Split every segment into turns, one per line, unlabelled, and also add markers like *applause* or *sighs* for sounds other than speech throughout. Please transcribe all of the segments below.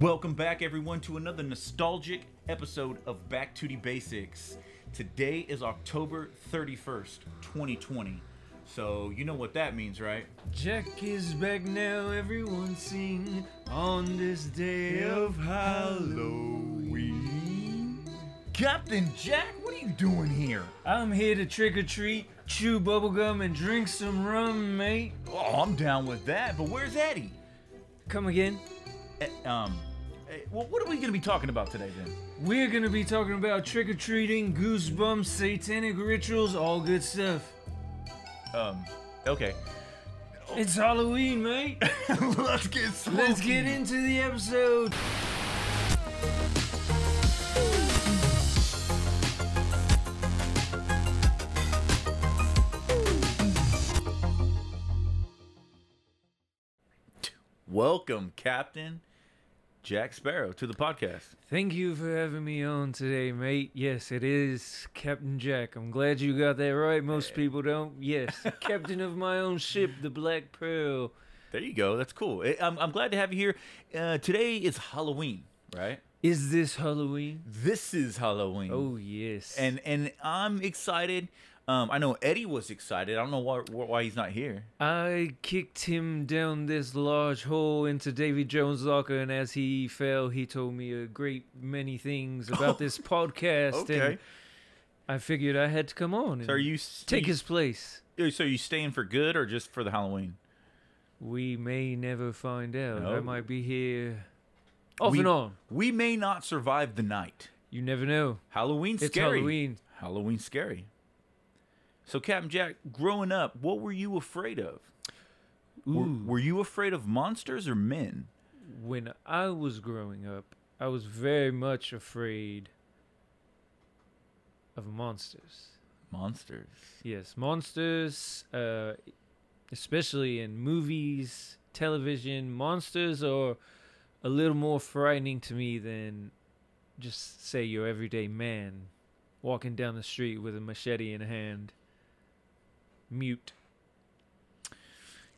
Welcome back, everyone, to another nostalgic episode of Back to the Basics. Today is October 31st, 2020. So, you know what that means, right?
Jack is back now, everyone sing on this day of Halloween.
Captain Jack, what are you doing here?
I'm here to trick or treat, chew bubblegum, and drink some rum, mate.
Oh, I'm down with that, but where's Eddie?
Come again?
Eh, um, eh, well, what are we going to be talking about today then?
We're gonna be talking about trick or treating, goosebumps, satanic rituals, all good stuff.
Um, okay. *laughs*
It's Halloween, mate.
Let's get spooky.
Let's get into the episode.
Welcome, Captain Jack Sparrow, to the podcast.
Thank you for having me on today, mate. Yes, it is Captain Jack. I'm glad you got that right. Most people don't. Yes, captain of my own ship, the Black Pearl.
There you go. That's cool. Eh, I'm, I'm glad to have you here. Uh, today is Halloween, right?
Is this Halloween?
This is Halloween.
Oh, yes.
Mm-hmm. and and I'm excited. Um, I know Eddie was excited. I don't know why why he's not here.
I kicked him down this large hole into Davy Jones' locker, and as he fell, he told me a great many things
*laughs*
about this podcast. And I figured I had to come on and
So are you s-
take
you-
his place.
So you staying for good or just for the Halloween?
We may never find out. I
No.
might be here off
we,
and on.
We may not survive the night.
You never know.
Halloween's
It's
scary.
Halloween.
Halloween's scary. So Captain Jack, growing up, what were you afraid of? Were,
Ooh.
were you afraid of monsters or men?
When I was growing up, I was very much afraid of monsters.
Monsters.
Yes, monsters, uh, especially in movies, television, monsters are a little more frightening to me than just say your everyday man walking down the street with a machete in hand. Mute.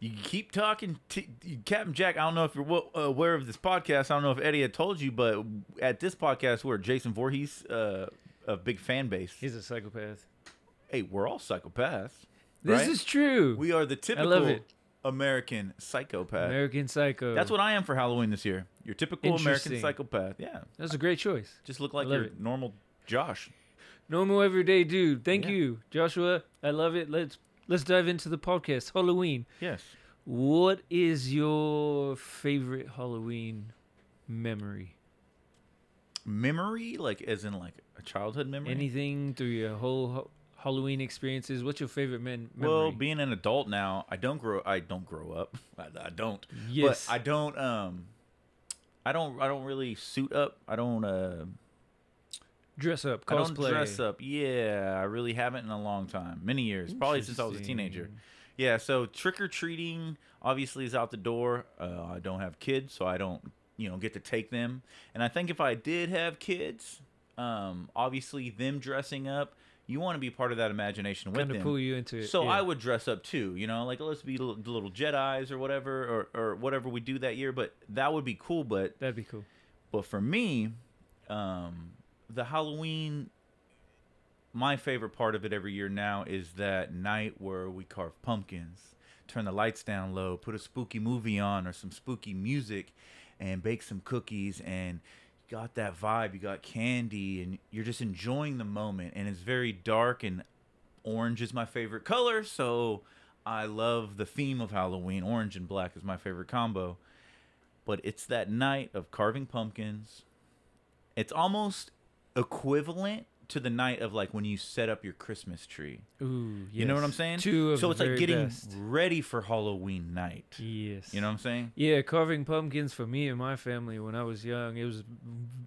You keep talking, t- Captain Jack. I don't know if you're wa- aware of this podcast. I don't know if Eddie had told you, but at this podcast, we're Jason Voorhees, uh, a big fan base.
He's a psychopath.
hey, we're all psychopaths.
This
right?
is true.
we are the typical
love it.
American psychopath.
American Psycho.
That's what I am for Halloween this year. Your typical American
Interesting.
psychopath. Yeah,
That's a great choice.
just look like
love
your
it.
normal Josh.
Normal everyday dude. Thank
Yeah.
you, Joshua. I love it. Let's let's dive into the podcast. Halloween.
Yes.
What is your favorite Halloween memory?
Memory, like as in like a childhood memory.
Anything through your whole ho- Halloween experiences? What's your favorite men- memory?
Well, being an adult now, I don't grow. I don't grow up. *laughs* I, I don't.
Yes.
But I don't. Um. I don't. I don't really suit up. I don't. Uh,
dress up,
I
cosplay.
don't dress up. Yeah, I really haven't in a long time. Many years, probably since I was a teenager.
Interesting.
Yeah. So trick or treating obviously is out the door. Uh, I don't have kids, so I don't. You know, get to take them. And I think if I did have kids, um, obviously them dressing up. You want to be part of that imagination with
Kind of
them.
pull you into it.
So
yeah.
I would dress up too, you know, like let's be little, little Jedi's or whatever, or, or whatever we do that year. But that would be cool. But
That'd be cool.
but for me, um, the Halloween, my favorite part of it every year now is that night where we carve pumpkins, turn the lights down low, put a spooky movie on or some spooky music, and bake some cookies and you got that vibe. You got candy and you're just enjoying the moment. And it's very dark and orange is my favorite color, so I love the theme of Halloween. Orange and black is my favorite combo but it's that night of carving pumpkins. It's almost equivalent to the night of like when you set up your Christmas tree.
Ooh,
You know what
yes.
I'm saying?
Two of
so
the
it's like
very
getting
best.
ready for Halloween night.
Yes.
You know what I'm saying?
Yeah, carving pumpkins for me and my family when I was young, it was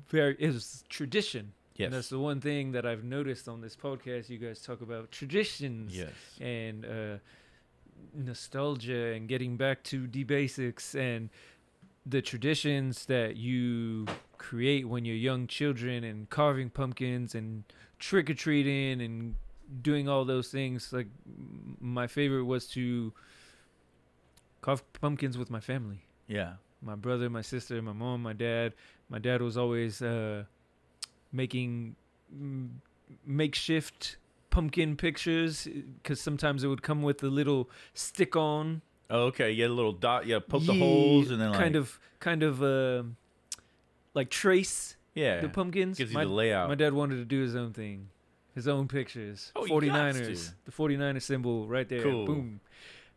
very it was tradition.
Yes.
And that's the one thing that I've noticed on this podcast. You guys talk about traditions
Yes.
and uh, nostalgia and getting back to the basics and the traditions that you create when you're young children and carving pumpkins and trick or treating and doing all those things. Like m- my favorite was to carve pumpkins with my family.
Yeah.
my brother, my sister, my mom, my dad. My dad was always uh, making m- makeshift pumpkin pictures because sometimes it would come with a little stick on
Oh, okay. Yeah, the little dot. Yeah, poke the holes and then like
kind of kind of uh, like trace
yeah.
the pumpkins.
gives you
my,
the layout.
my dad wanted to do his own thing, his own pictures.
Oh, he gots
49ers, the 49er symbol right there.
Cool.
Boom.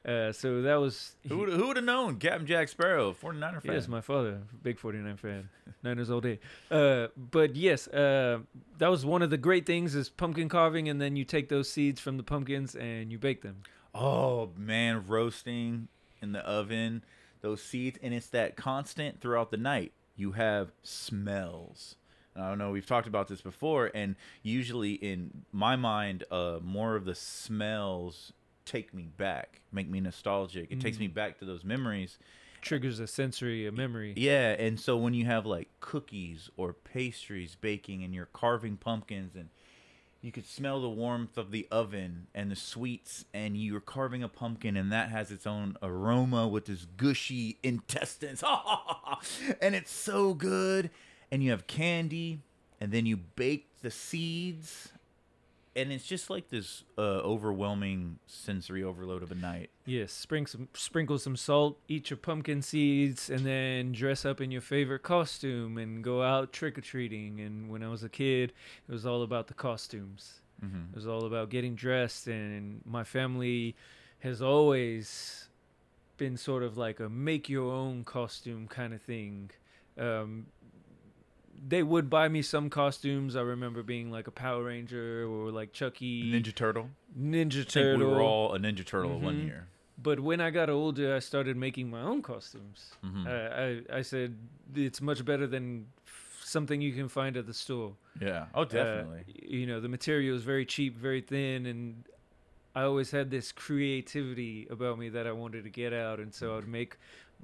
Uh, so that was he,
who would who would have known? Captain Jack Sparrow, 49er fan.
Yes, my father, big 49 fan, Niners all day. Uh, but yes, uh, that was one of the great things is pumpkin carving, and then you take those seeds from the pumpkins and you bake them.
Oh man, roasting in the oven, those seeds, and it's that constant throughout the night. You have smells. And I don't know. We've talked about this before, and usually in my mind, uh, more of the smells take me back, make me nostalgic. It takes me back to those memories.
Triggers a sensory, a memory.
Yeah, and so when you have like cookies or pastries baking, and you're carving pumpkins, and you could smell the warmth of the oven and the sweets and you're carving a pumpkin and that has its own aroma with this gushy intestines *laughs* and it's so good and you have candy and then you bake the seeds and it's just like this uh, overwhelming sensory overload of a night
Yes, spring some, sprinkle some salt, eat your pumpkin seeds, and then dress up in your favorite costume and go out trick or treating. And when I was a kid, it was all about the costumes.
Mm-hmm.
It was all about getting dressed, and my family has always been sort of like a make your own costume kind of thing. Um, they would buy me some costumes. I remember being like a Power Ranger or like Chucky,
ninja turtle
Ninja
I think
Turtle.
we were all a ninja turtle one
Mhm.
year
But when I got older, I started making my own costumes. Uh,
Mhm.
I, I I said it's much better than f- something you can find at the store.
yeah oh
Uh,
definitely
you know, the material is very cheap, very thin, and I always had this creativity about me that I wanted to get out, and so I'd make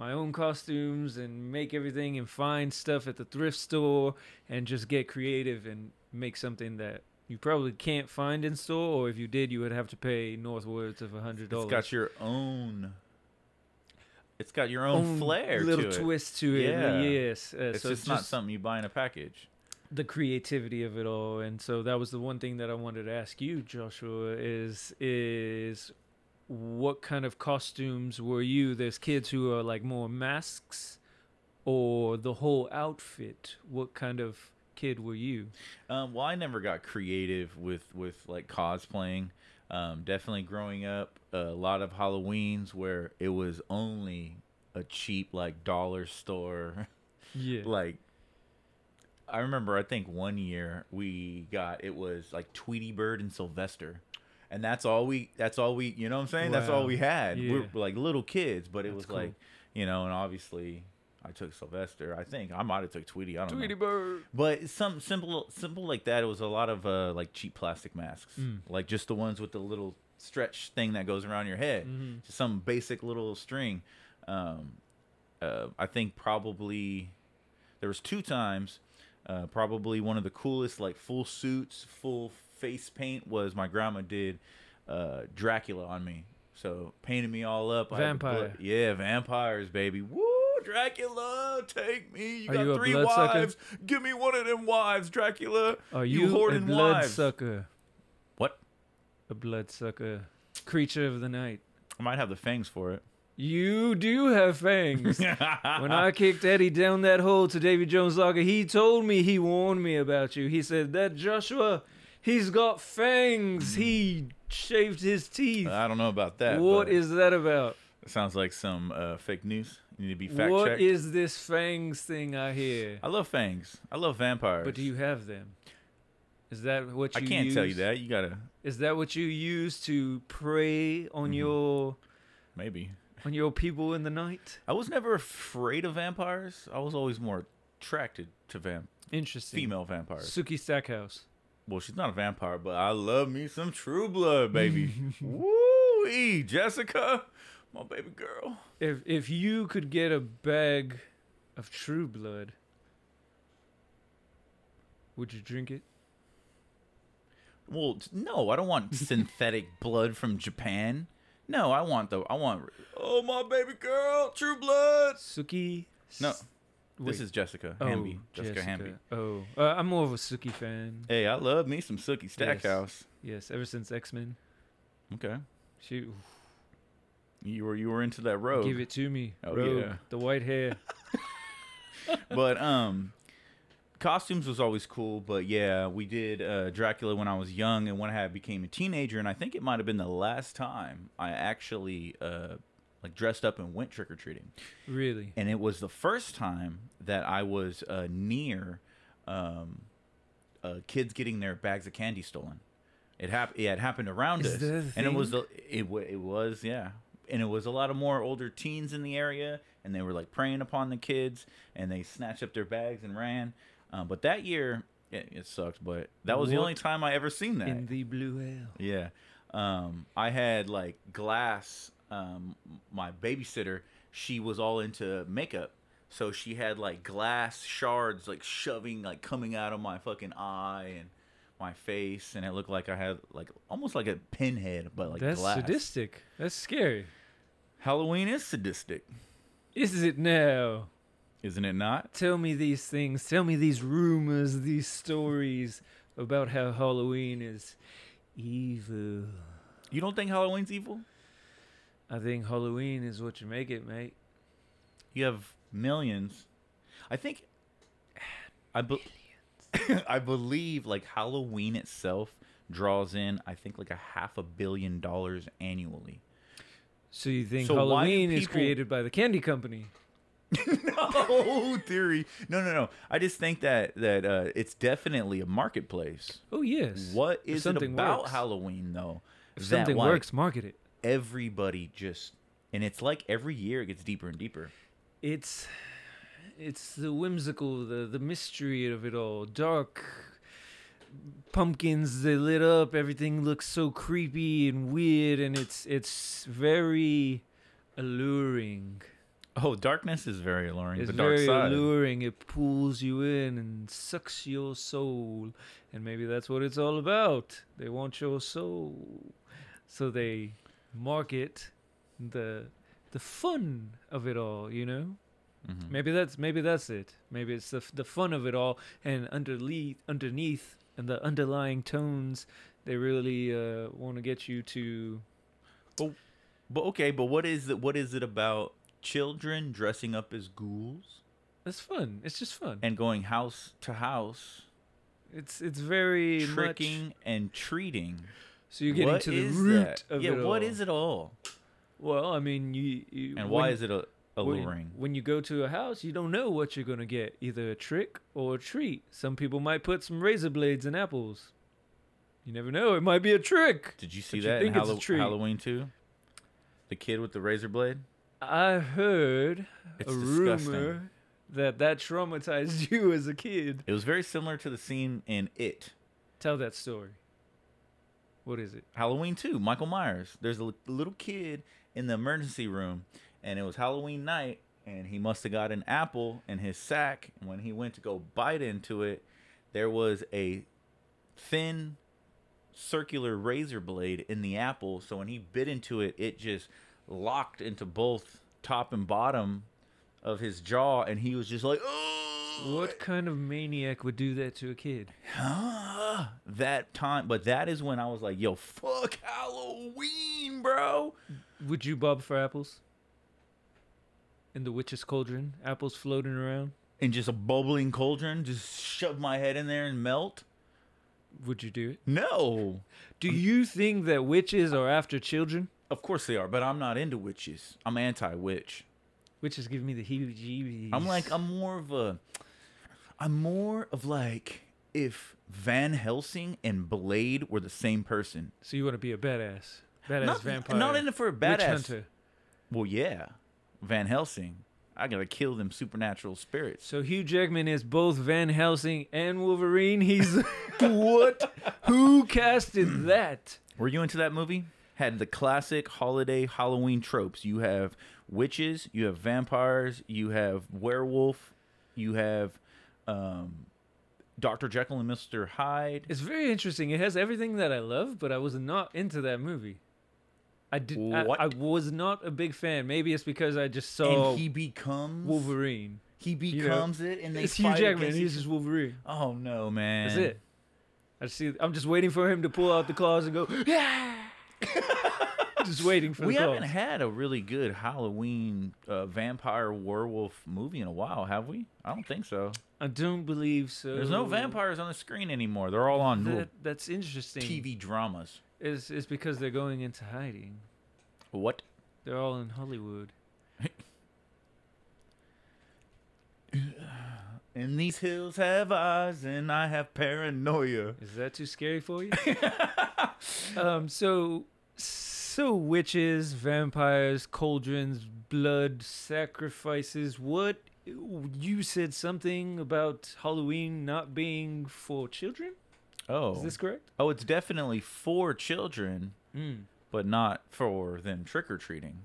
my own costumes and make everything and find stuff at the thrift store and just get creative and make something that you probably can't find in store, or if you did, you would have to pay northwards of a hundred
It's
dollars.
got your own. It's got your own, flair
little
to it.
twist to it.
Yeah.
Yes, uh,
It's
so
just,
it's
not something you buy in a package.
the creativity of it all, and so that was the one thing that I wanted to ask you, Joshua, is is what kind of costumes were you? There's kids who are like more masks or the whole outfit. What kind of kid were you?
Um, well, I never got creative with with like cosplaying. Um, definitely growing up, a lot of Halloweens where it was only a cheap like dollar store
Yeah.
like I remember I think one year we got it was like Tweety Bird and Sylvester. And that's all we that's all we you know what I'm saying? That's all
Wow.
we had. We
Yeah.
were like little kids, but it
That's
was
cool.
like you know, and obviously I took Sylvester. I think I might have took Tweety. I don't know.
Bird.
But some simple, simple like that. It was a lot of uh, like cheap plastic masks,
Mm.
like just the ones with the little stretch thing that goes around your head,
Mhm.
just some basic little string. Um, uh, I think probably there was two times. Uh, probably one of the coolest, like full suits, full face paint was my grandma did uh, Dracula on me. So painted me all up. I had the blood-
Vampire.
yeah, vampires, baby. Woo, Dracula, take me. You
Are
got
you a
three
bloodsucker?
wives. Give me one of them wives, Dracula.
Are you, a
hoarding wives.
bloodsucker?
What?
A bloodsucker, creature of the night.
I might have the fangs for it.
You do
*laughs*
have fangs. when
when
I kicked Eddie down that hole to Davy Jones Locker, he told me, he warned me about you. He said, That Joshua, he's got fangs. He shaved his teeth.
I don't know about
What
that.
is
Ah, but
that about?
it sounds like some uh, fake news. You need to be
What is
fact checked. Ah,
this fangs thing I hear?
I love fangs. I love vampires.
But do you have them? Is that what
I
you
can't tell you
use?
that. You gotta
Is that what you use to prey on
Mm-hmm.
your
maybe.
on your people in the night?
I was never afraid of vampires. I was always more attracted to vamp
Interesting.
female vampires.
Suki Stackhouse.
Well, she's not a vampire, but I love me some True Blood, baby.
*laughs*
Woo, Jessica, my baby girl.
If if you could get a bag of True Blood, would you drink it?
Well, t- no, I don't
*laughs*
want synthetic blood from Japan. No, I want the I want. Oh, my baby girl, True Blood.
Suki
No,
S-
this
wait.
is Jessica Hamby. Jessica, Hamby.
Oh, uh, I'm more of a Suki fan.
Hey, I love me some Sookie Stackhouse.
Yes, ever since X Men,
Okay,
she oof,
you were you were into that road.
give it to me.
Oh,
Rogue,
yeah.
the
*laughs*
white hair.
but um costumes was always cool but yeah we did uh, dracula when i was young and when i became a teenager and i think it might have been the last time i actually uh, like dressed up and went trick-or-treating
really?
and it was the first time that i was uh, near um, uh, kids getting their bags of candy stolen it, hap- it had happened around
Is
us
that a
and it was
thing?
the, it, w- it was yeah and it was a lot of more older teens in the area and they were like preying upon the kids and they snatched up their bags and ran um, but that year it, it sucked but that was the
What
only time i ever seen that
In the blue hell.
yeah. Um, I had like glass. Um, my babysitter, she was all into makeup, so she had like glass shards like shoving like coming out of my fucking eye and my face, and it looked like I had like almost like a pinhead, but like
That's
glass.
sadistic. That's scary.
Halloween is sadistic,
Is it now?
isn't it not?
Tell me these things. Tell me these rumors, these stories about how Halloween is evil.
You don't think Halloween's evil?
I think Halloween is what you make it, mate.
You have millions. I think. *sighs* I be- *laughs* I believe like Halloween itself draws in I think like a half a billion dollars *laughs* annually.
So you think
So why do
Halloween is
people-
created by the candy company?
no Oh, theory. No, no, no. I just think that that uh, it's definitely a marketplace.
Oh yes.
What
If
is it about
works-
Halloween though?
If
that,
something
like,
works, market it.
Everybody just and it's like every year it gets deeper and deeper.
It's it's the whimsical, the the mystery of it all. Dark pumpkins they lit up, everything looks so creepy and weird and it's it's very alluring.
Oh, darkness is very alluring.
It's
the dark
very
side.
alluring. It pulls you in and sucks your soul. And maybe that's what it's all about. They want your soul. So they market the the fun of it all, you know?
Mhm.
Maybe that's maybe that's it. Maybe it's the f- the fun of it all and underneath underneath and the underlying tones they really uh, want to get you to
But okay, but what is it? What is it about children dressing up as ghouls
It's fun. It's just fun.
and going house to house,
It's it's very much-
tricking and treating?
So you're getting
What
to the
is
root
that?
of
yeah,
it all.
what is it all?
Well, I mean, you. you
And why
when-
is it a alluring?
When, when you go to a house, you don't know what you're gonna get, either a trick or a treat. Some people might put some razor blades and apples. You never know. It might be a trick.
Did you see
you
that in
think it's a
Hallow-
treat.
Halloween too? The kid with the razor blade.
I heard
It's
a
disgusting.
rumor that that traumatized *laughs* you as a kid.
It was very similar to the scene in It
Tell that story. What is it?
Halloween 2, Michael Myers. There's a li- little kid in the emergency room, and it was Halloween night, and he must have got an apple in his sack. And when he went to go bite into it, there was a thin circular razor blade in the apple. So when he bit into it, it just locked into both top and bottom of his jaw, and he was just like, oh!
What kind of maniac would do that to a kid?
Huh? *gasps* that time, but that is when I was like, "Yo, fuck Halloween, bro."
Would you bob for apples? In the witch's cauldron, apples floating around.
And just a bubbling cauldron, just shove my head in there and melt.
Would you do it?
No,
Do you think that witches are after children?
of course they are, but I'm not into witches. I'm anti-witch.
Witches give me the heebie-jeebies.
I'm like, I'm more of a, I'm more of like if Van Helsing and Blade were the same person.
so you want to be a badass, badass
not,
vampire,
Not in it for a
witch
badass.
hunter.
Well, yeah, Van Helsing. I gotta kill them supernatural spirits.
So Hugh Jackman is both Van Helsing and Wolverine. He's *laughs* what? Who casted that?
Were you into that movie? Had the classic holiday Halloween tropes. You have witches, you have vampires, you have werewolf, you have um, Dr. Jekyll and Mr. Hyde.
It's very interesting. It has everything that I love, but I was not into that movie. I did. I,
What?
I was not a big fan. Maybe it's because I just saw
and he becomes
Wolverine.
He
know,
becomes it, and they
It's Hugh
fight
Jackman.
against
He's
each-
just Wolverine.
Oh no, man!
That's it. I just see. I'm just waiting for him to pull out the claws and go. Yeah.
*laughs*
just waiting for
We
the
haven't
claws.
had a really good Halloween uh, vampire werewolf movie in a while, have we? I don't think so.
I don't believe so.
There's no vampires on the screen anymore. They're all on little
Oh. That, that's interesting.
TV dramas.
It's, it's because they're going into hiding.
What?
They're all in Hollywood.
And these hills have eyes, and I have paranoia.
Is that too scary
*laughs*
for you? um, so, so witches, vampires, cauldrons, blood, sacrifices. What you said something about Halloween not being for children?
Oh,
Is this correct?
oh, it's definitely for children,
Mm.
but not for them trick or treating.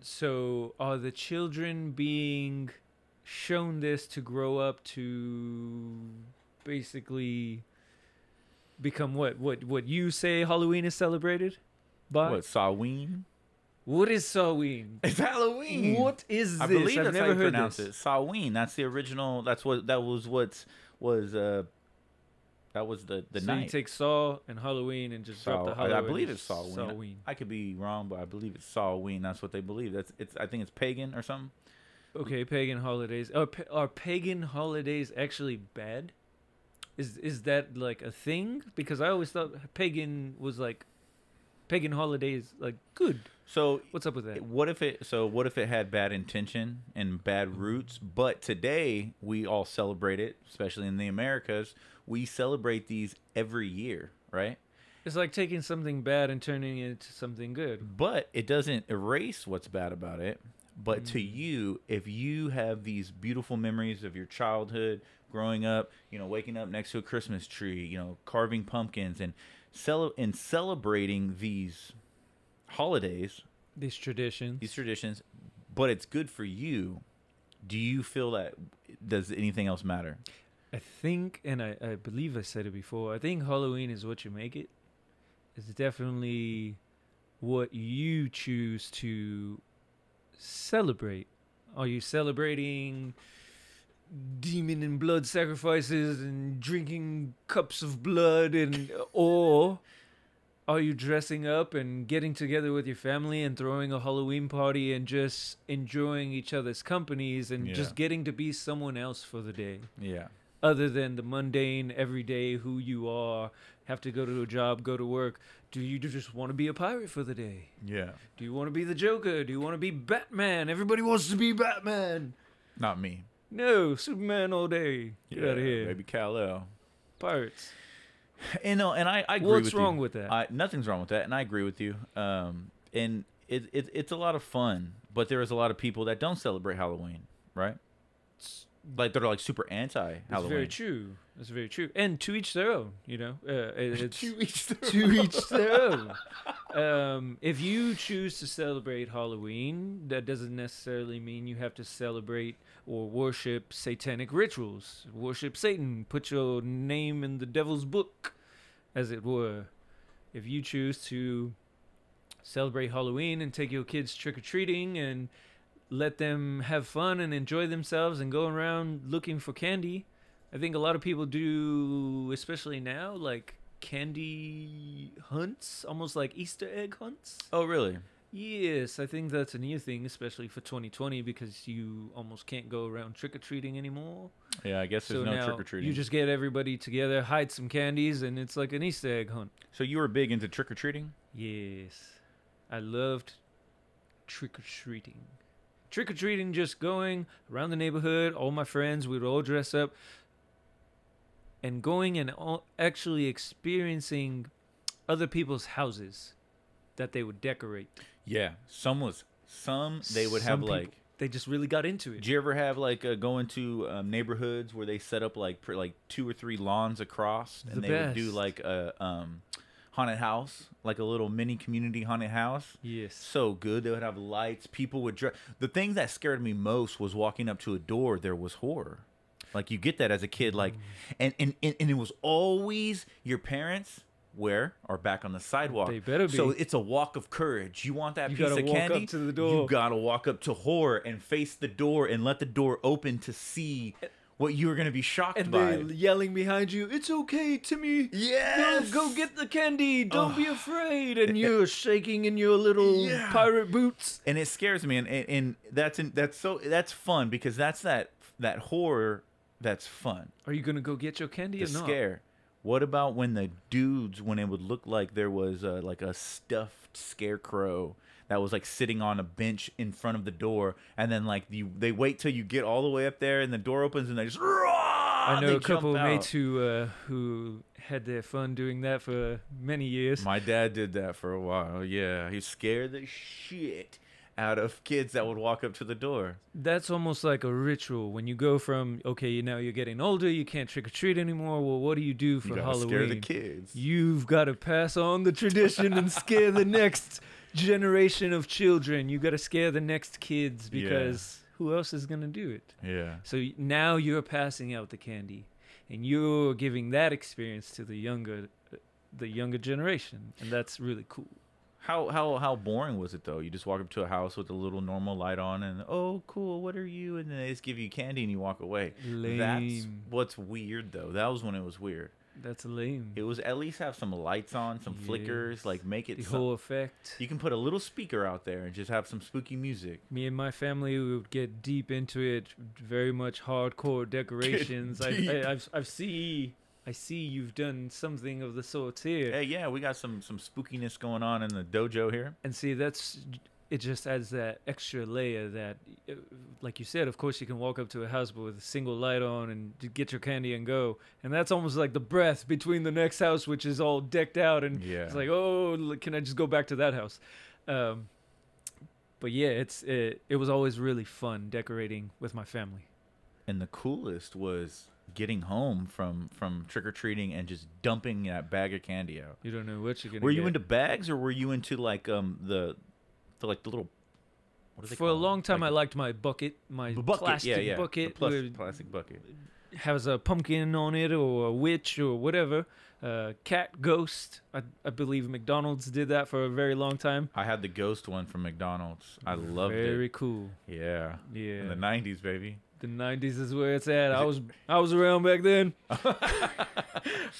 So, are the children being shown this to grow up to basically become what what what you say Halloween is celebrated by?
What? Saween?
What is Halloween?
*laughs* It's Halloween.
What is this?
I believe
I've
that's
never
how you
heard
pronounce
this.
it. Samhain. That's the original. That's what. That was what's was. uh That was the the
so you
night.
take Saw and Halloween and just drop
Saw-
the
I-
Halloween.
I believe it's Samhain.
Halloween.
I could be wrong, but I believe it's Samhain. That's what they believe. That's it's. I think it's pagan or something.
Okay, pagan holidays. Are pa- are pagan holidays actually bad? Is is that like a thing? Because I always thought pagan was like pagan holidays like good.
So
What's up with that?
what if it? So what if it had bad intention and bad roots? But today we all celebrate it, especially in the Americas. We celebrate these every year, right?
It's like taking something bad and turning it into something good.
but it doesn't erase what's bad about it. But to you, if you have these beautiful memories of your childhood, growing up, you know, waking up next to a Christmas tree, you know, carving pumpkins and cel- and celebrating these holidays,
These traditions.
these traditions, but it's good for you. Do you feel that does anything else matter?
I think, and I, I believe I said it before, I think Halloween is what you make it. It's definitely what you choose to celebrate. Are you celebrating demon and blood sacrifices and drinking cups of blood and or are you dressing up and getting together with your family and throwing a Halloween party and just enjoying each other's companies and
Yeah.
just getting to be someone else for the day?
Yeah.
other than the mundane everyday who you are have to go to a job go to work do you just want to be a pirate for the day
Yeah.
do you want to be the joker do you want to be batman everybody wants to be batman
Not me.
no superman all day get out of here
Baby Kal-El.
pirates
You know, and I, I agree
What's
with you.
wrong with that?
I, nothing's wrong with that, and I agree with you. Um, and it, it it's a lot of fun, but there is a lot of people that don't celebrate Halloween, right?
it's,
Like they're like super anti
it's
Halloween.
very true it's very true and to each their own you know uh, it- it's
each
to each their own. Um, if you choose to celebrate Halloween, that doesn't necessarily mean you have to celebrate or worship satanic rituals. Worship Satan, put your name in the devil's book, as it were. If you choose to celebrate Halloween and take your kids trick or treating and let them have fun and enjoy themselves and go around looking for candy. I think a lot of people do, especially now, like candy hunts, almost like Easter egg hunts.
Oh, really?
Yes, I think that's a new thing, especially for 2020, because you almost can't go around trick or treating anymore.
Yeah, I guess there's
so
no
now
trick or treating.
you just get everybody together, hide some candies, and it's like an Easter egg hunt.
so you were big into trick or treating.
Yes. I loved trick or treating. Trick or treating, just going around the neighborhood, all my friends, we would all dress up and going and all, actually experiencing other people's houses that they would decorate.
Yeah, some was some they would have
Some people-
like.
They just really got into it.
Did you ever have like uh, going to um, neighborhoods where they set up like pr- like two or three lawns across, and
The
they would do
best.
like a um, haunted house, like a little mini community haunted house?
Yes.
so good. They would have lights. People would dress. The thing that scared me most was walking up to a door. There was horror.
Mm.
Like you get that as a kid. Like, and and and, and it was always your parents where are back on the sidewalk.
They better
So
be.
it's a walk of courage. You want that
You
piece
gotta
of
walk up
candy?
to the door.
You gotta walk up to horror and face the door and let the door open to see what you're gonna be shocked
And
by.
they're yelling behind you, it's okay, Timmy. Go,
Yes.
go get the candy. Don't
Ugh.
be afraid. And you're shaking in your little
Yeah.
pirate boots.
and it scares me and, and, and that's in, that's so that's fun because that's that that horror that's fun
Are you gonna go get your candy
the
or not?
scare what about when the dudes when it would look like there was uh like a stuffed scarecrow that was like sitting on a bench in front of the door and then like you they wait till you get all the way up there and the door opens and they just
I
I
know a couple of mates who uh, who had their fun doing that for many years.
My dad did that for a while. Yeah, he scared the shit out of kids that would walk up to the door.
That's almost like a ritual when you go from okay, you now you're getting older, you can't trick or treat anymore. Well, what do you do for
You gotta
Halloween?
scare the kids.
You've got to pass on the tradition and scare the next generation of children. You got to scare the next kids
Yeah.
because who else is going to do it?
Yeah.
So y- now you're passing out the candy and you're giving that experience to the younger uh, the younger generation and that's really cool.
How how how boring was it though? You just walk up to a house with a little normal light on, and oh cool, what are you? And then they just give you candy and you walk away. That's
Lame.
what's weird though. That was when it was weird.
That's lame.
It was at least have some lights on, some flickers,
Yes.
like make it.
the
Some,
whole effect.
you can put a little speaker out there and just have some spooky music.
Me and my family we would get deep into it, very
*laughs*
much hardcore decorations. I,
deep.
I, I've, I've see, I see you've done something of the sort here,
Hey, yeah, we got some some spookiness going on in the dojo here.
and see that's it. Just adds that extra layer that, uh, like you said, of course you can walk up to a house but with a single light on and you get your candy and go, and that's almost like the breath between the next house, which is all decked out, and
Yeah.
it's like, oh, l- can I just go back to that house? Um, but yeah, it's it, it was always really fun decorating with my family.
And the coolest was getting home from from trick or treating and just dumping that bag of candy out.
You don't know what you're gonna.
Were you
get.
into bags or were you into like um the, the like the little? What do they
For a
call 'em?
long time, I
Like
liked my bucket, my
the bucket.
plastic
yeah, yeah. the
bucket.
plas-
with-
plastic bucket.
has a pumpkin on it, or a witch, or whatever. Uh, cat ghost. I, I believe McDonald's did that for a very long time.
I had the ghost one from McDonald's. I loved
Mm, very
it.
cool.
Yeah.
Yeah.
In the '90s, baby.
The '90s is where it's at. I was I was around back
*laughs*
then. *laughs*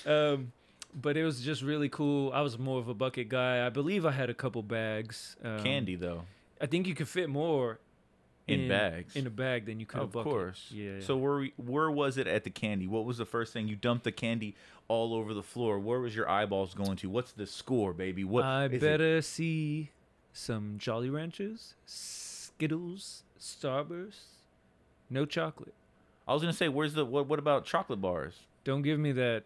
um, but it was just really cool. I was more of a bucket guy. I believe I had a couple bags. Um,
Candy though,
I think you could fit more
in, bags.
in a bag than you could. a
of
bucket.
course.
Yeah.
So where we- where was it at the candy? What was the first thing you dumped the candy all over the floor? Where was your eyeballs going to? What's the score, baby? What
I
is it?
better see some Jolly Ranchers, Skittles, Starburst. No chocolate.
I was gonna say, where's the what? What about chocolate bars?
Don't give me that.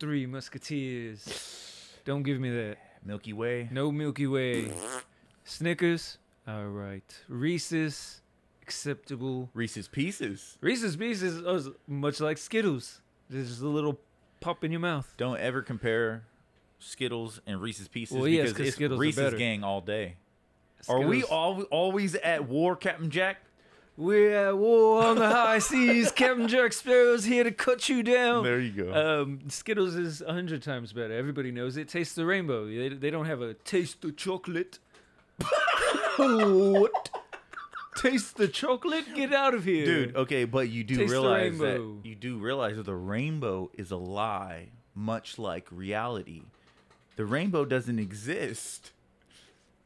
Three Musketeers. Don't give me that.
Milky Way.
No Milky Way. Snickers. All right. Reese's. Acceptable.
Reese's Pieces.
Reese's Pieces is much like Skittles. There's just a little pop in your mouth.
Don't ever compare Skittles and Reese's Pieces
Well, yes,
because
'cause
it's
Skittles are
Reese's
better.
gang all day. Are we
Skittles.
all always at war, Captain Jack?
We're at war on the high seas. Captain Jack Sparrow's here to cut you down.
Oh. you go.
Um, Skittles is a hundred times better. Everybody knows it. Taste the rainbow. They, they don't have a taste the chocolate. what? Taste the chocolate? Get out of here,
Dude, okay, but you do
Taste the
realize that
rainbow.
you do realize that the rainbow is a lie, much like reality. The rainbow doesn't exist.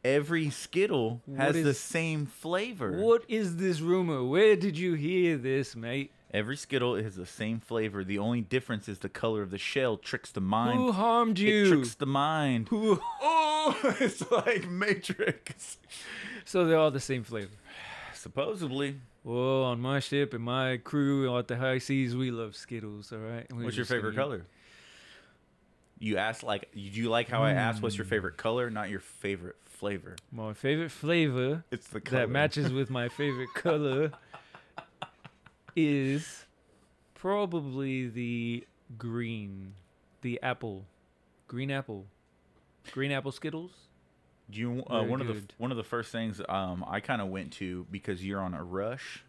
Every Skittle has
What
the
is-
same flavor.
What is this rumor? Where did you hear this, mate?
Every Skittle has the same flavor. The only difference is the color of the shell tricks the mind.
Who harmed
it
you?
tricks the mind.
Who?
*laughs* Oh, it's like Matrix.
So they're all the same flavor.
Supposedly.
Well, on my ship and my crew at the high seas, we love Skittles. All right. We're
What's your
just gonna
favorite
eat-
color? You asked like, do you like how I asked what's your favorite color, not your favorite flavor?
My favorite flavor
It's the color
that matches with my *laughs* favorite color is probably the green, the apple, green apple, green apple Skittles.
Do you uh,
Very
one of the
good.
one of the first things um I kind of went to because you're on a rush,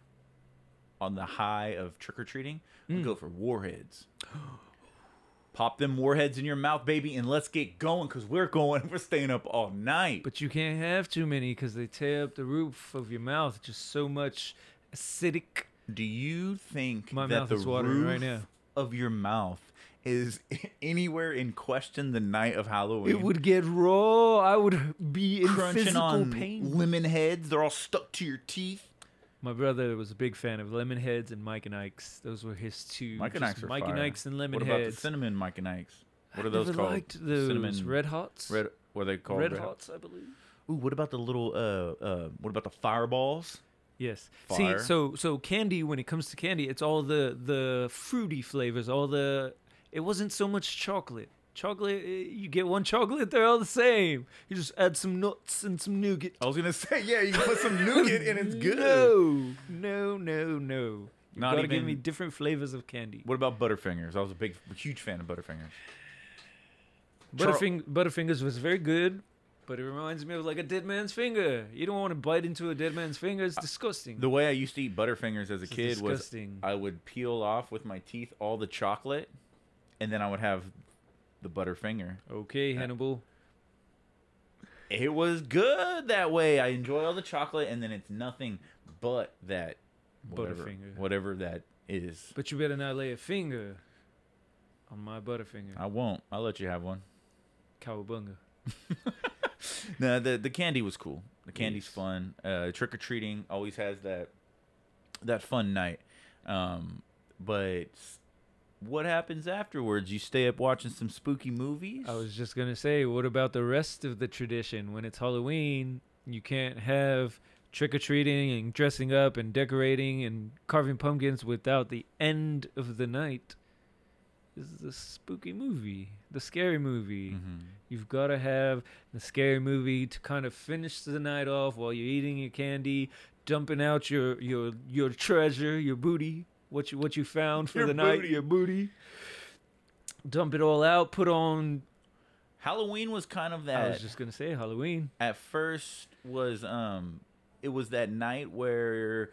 Hmm. on the high of trick or treating. I Go for warheads, *gasps* Pop them warheads in your mouth, baby, and let's get going because we're going. We're staying up all night.
But you can't have too many because they tear up the roof of your mouth. Just so much acidic.
Do you think
My
that
mouth
the
is watering
roof
right now.
of your mouth is *laughs* anywhere in question the night of Halloween?
It would get raw. I would be in
crunching
physical
on
pain.
lemon heads. They're all stuck to your teeth.
My brother was a big fan of Lemonheads and Mike and Ike's. Those were his two.
Mike and
just
Ike's are
Mike and
fire.
Ike's and Lemonheads.
What about the cinnamon Mike and Ike's? What are
I
those
never
called?
liked those
Cinnamon
Red Hots.
Red. What are they called?
Red
Hot?
Hots, I believe.
Ooh, what about the little uh uh? What about the fireballs?
Yes.
Fire.
See, so so candy when it comes to candy, it's all the the fruity flavors, all the it wasn't so much chocolate. Chocolate, eh, you get one chocolate, they're all the same. You just add some nuts and some nougat.
I was gonna *laughs* say yeah. You put some nougat and it's good.
No, no, no, no. You
Not
gotta give me
even-
different flavors of candy.
What about Butterfingers? I was a big, huge fan of Butterfingers. Char-
Butterfing- Butterfingers was very good, but it reminds me of like a dead man's finger. You don't want to bite into a dead man's finger. It's disgusting.
Uh, The way I used to eat Butterfingers as a
This is
kid
disgusting.
was I would peel off with my teeth all the chocolate, and then I would have the Butterfinger.
okay,
Uh,
Hannibal.
It was good that way. I enjoy all the chocolate, and then it's nothing but that whatever,
Butterfinger.
whatever that is.
But you better not lay a finger on my Butterfinger.
I won't. I'll let you have one.
Cowabunga.
No, the the candy was cool. The candy's
Yes.
fun. Uh, Trick or treating always has that that fun night. Um, but what happens afterwards? You stay up watching some spooky movies.
I was just gonna say, what about the rest of the tradition? When it's Halloween, you can't have trick or treating and dressing up and decorating and carving pumpkins without the end of the night. This is the spooky movie, the scary movie.
Mhm.
You've got to have the scary movie to kind of finish the night off while you're eating your candy, dumping out your your your treasure, your booty, what you what you found for
Your
the night,
booty.
your booty. Dump it all out. Put on.
Halloween was kind of
I
that.
was just gonna say Halloween.
at first was um it was that night where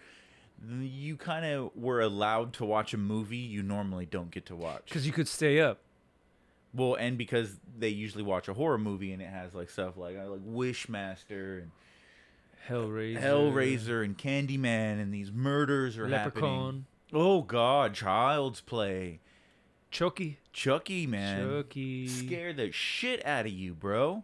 you kind of were allowed to watch a movie you normally don't get to watch.
Because you could stay up.
Well, and because they usually watch a horror movie and it has like stuff like uh, like Wishmaster and
Hellraiser.
Hellraiser and Candyman and these murders are happening.
Leprechaun.
Oh God, Child's Play,
Chucky.
Chucky man,
Chucky.
scare the shit out of you, bro.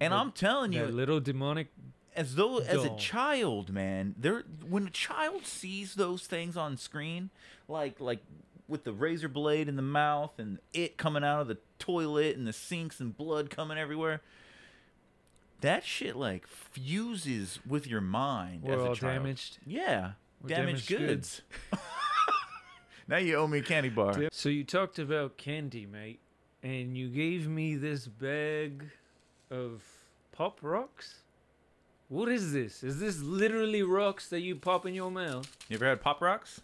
And
That-
I'm telling you,
That little demonic.
as though as a
Doll.
child, man, there when a child sees those things on screen, like like with the razor blade in the mouth and it coming out of the toilet and the sinks and blood coming everywhere. That shit like fuses with your mind
We're
as a
all
child.
damaged.
Yeah,
We're
damaged,
damaged
goods. *laughs* now you owe me a candy bar.
So you talked about candy, mate, and you gave me this bag of pop rocks. What is this? Is this literally rocks that you pop in your mouth?
You ever had pop rocks?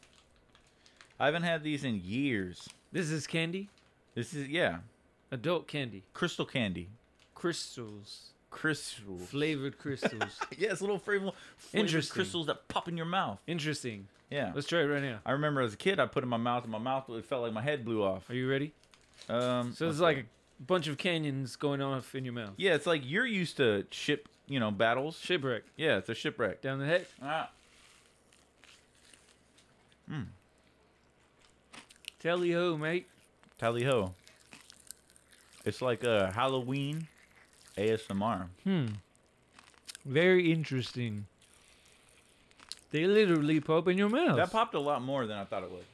I haven't had these in years.
This is candy,
This is yeah,
adult candy,
crystal candy,
crystals,
crystal *laughs*
flavored crystals.
Yeah, it's little flavor, flavored
Interesting.
crystals that pop in your mouth.
Interesting.
Yeah.
Let's try it right now.
I remember as a kid, I put it in my mouth, and my mouth it felt like my head blew off.
Are you ready?
Um,
So
let's
it's
go.
like a bunch of canyons going off in your mouth.
yeah, it's like you're used to ship, you know, battles.
Shipwreck
yeah, it's a shipwreck.
down the head.
Ah,
Tally ho, mate.
tally ho. It's like a Halloween ASMR.
Hmm. Very interesting. They literally pop in your mouth.
That popped a lot more than I thought it would.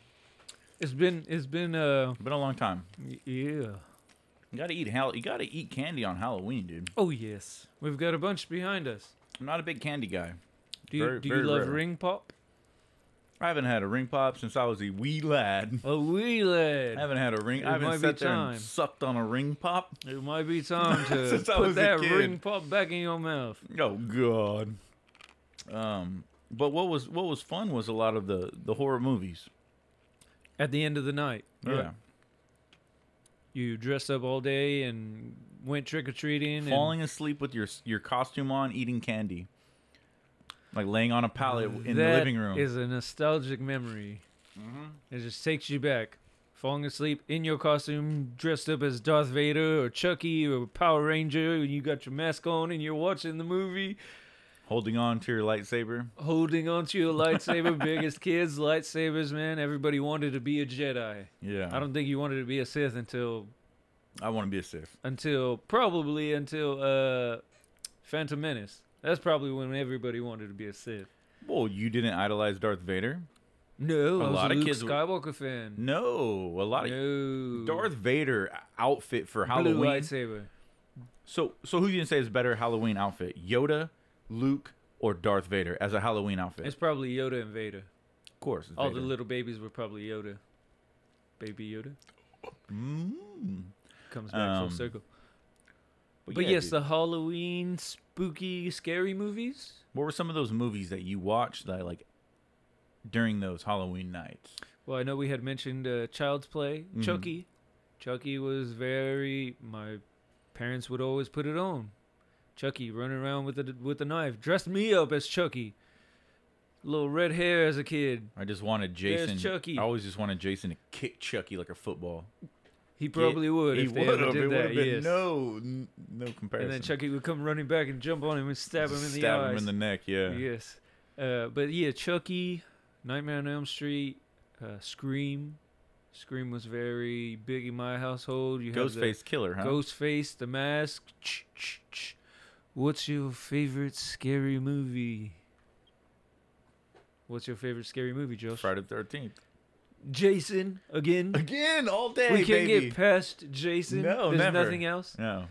It's been it's been uh
Been a long time.
y- yeah.
You gotta eat hal- You gotta eat candy on Halloween, dude.
Oh yes. We've got a bunch behind us.
I'm not a big candy guy.
Do you
Very-
do you
very
love
rare.
ring pop?
I haven't had a ring pop since I was a wee lad. *laughs*
Oh we lad.
I haven't had a ring.
It
I
might
haven't
be
sat there
time.
and sucked on a ring pop.
It might be time
*laughs*
to
Since I
put
was a
that
kid.
ring pop back in your mouth.
Oh God. Um, but what was what was fun was a lot of the the horror movies.
At the end of the night.
Yeah,
You dressed up all day and went trick or treating and
falling asleep with your your costume on, eating candy, like laying on a pallet in the
That
living room. Mm-hmm.
is a nostalgic memory. It just takes you back. falling asleep in your costume, dressed up as Darth Vader or Chucky or Power Ranger, and you got your mask on and you're watching the movie,
Holding on to your lightsaber.
holding onto
*laughs*
your lightsaber. biggest kids, lightsabers, man. Everybody wanted to be a Jedi.
Yeah.
I don't think you wanted to be a Sith until
I want to be a Sith.
until probably until uh Phantom Menace. That's probably when everybody wanted to be a Sith.
Well, you didn't idolize Darth Vader.
No,
A
I was
lot
a
of
Luke
kids were-
Skywalker fan.
No, a lot of
No,
Darth Vader outfit for Halloween.
Blue lightsaber.
So, so who do you say is better Halloween outfit? Yoda, Luke, or Darth Vader as a Halloween outfit?
It's probably Yoda and Vader.
of course. it's
All
Vader.
the little babies were probably Yoda. Baby Yoda
Mm.
comes back
Um,
full circle. But,
yeah,
yes,
dude.
the Halloween spooky scary movies.
What were some of those movies that you watched that like during those Halloween nights?
Well, I know we had mentioned uh, Child's Play,
Mhm.
Chucky. Chucky was very. My parents would always put it on. Chucky running around with a with a knife, dressed me up as Chucky. Little red hair as a kid.
I just wanted
There's
Jason.
Chucky.
I always just wanted Jason to kick Chucky like a football.
He probably would
He
if they ever
would've.
did
It
that.
would've been
yes.
no, n- no comparison.
and then Chucky would come running back and jump on him and stab him in the
Stab
eyes.
him in the neck. Yeah.
Yes. Uh, but yeah, Chucky, Nightmare on Elm Street, uh, Scream. Scream was very big in my household. You have the-
Ghostface killer, huh?
Ghostface, The Mask. Ch- ch- ch. What's your favorite scary movie? What's your favorite scary movie, Josh?
Friday the Thirteenth.
Jason
*laughs*
again.
Again, all day,
we can't
baby.
get past Jason.
No,
There's
never.
nothing else.
no,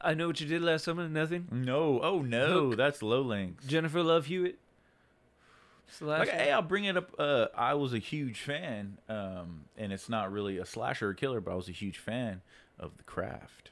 I know what you did last summer. Nothing.
no. Oh no,
Hook.
that's low links.
Jennifer Love Hewitt. It's the last
Like, hey, I'll bring it up. Uh, I was a huge fan, um, and it's not really a slasher or killer, but I was a huge fan of The Craft.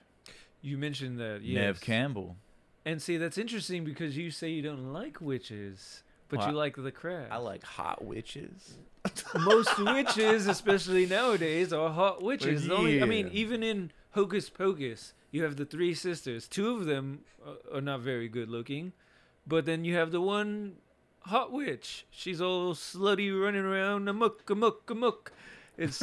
You mentioned that. Yes.
Nev Campbell.
And see, that's interesting because you say you don't like witches, but
Well,
you like the craft.
I like hot witches.
*laughs* most witches, especially nowadays, are hot witches. The only- I mean,
Yeah.
even in Hocus Pocus, you have the three sisters. Two of them uh, are, are not very good looking, but then you have the one hot witch. She's all slutty, running around amok, amok, amok. It's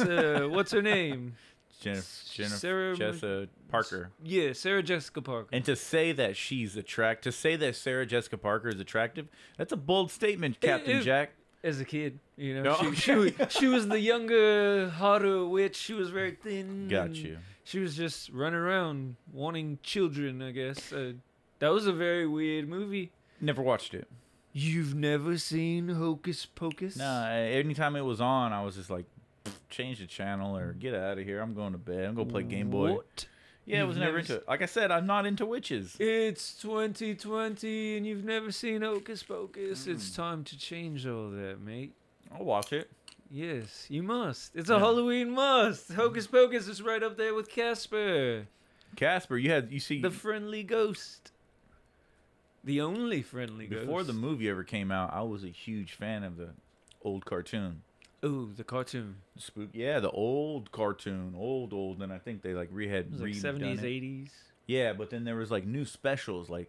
*laughs*
uh, what's her name?
Jennifer, Jennifer
Sarah-
Jessica Parker.
Yeah, Sarah Jessica Parker.
And to say that she's attract, to say that Sarah Jessica Parker is attractive, that's a bold statement, Captain
it-
Jack.
As a kid, you know,
No, *laughs*
she, she,
okay.
was, she was the younger, hotter witch. She was very thin.
Got
and-
you.
She was just running around wanting children, I guess. Uh, that was a very weird movie.
Never watched it.
You've never seen Hocus Pocus?
No, anytime it was on, I was just like, "Pfft, change the channel or get out of here. I'm going to bed. I'm going to play Game Boy.
What?
Yeah, I
You've
was never
never
into
s-
it. Like I said, I'm not into witches.
It's 2020 and you've never seen Hocus Pocus. It's
Hmm.
time to change all that, mate.
I'll watch it.
Yes, you must. It's a
Yeah.
Halloween must. Hocus Pocus is right up there with Casper,
Casper, you had you see
the friendly ghost. The only friendly ghost.
before the movie ever came out, I was a huge fan of the old cartoon.
Ooh, the cartoon.
Spook, yeah, the old cartoon, old old, and I think they like re had
It was like
redone
70s,
it.
80s.
Yeah, but then there was like new specials, like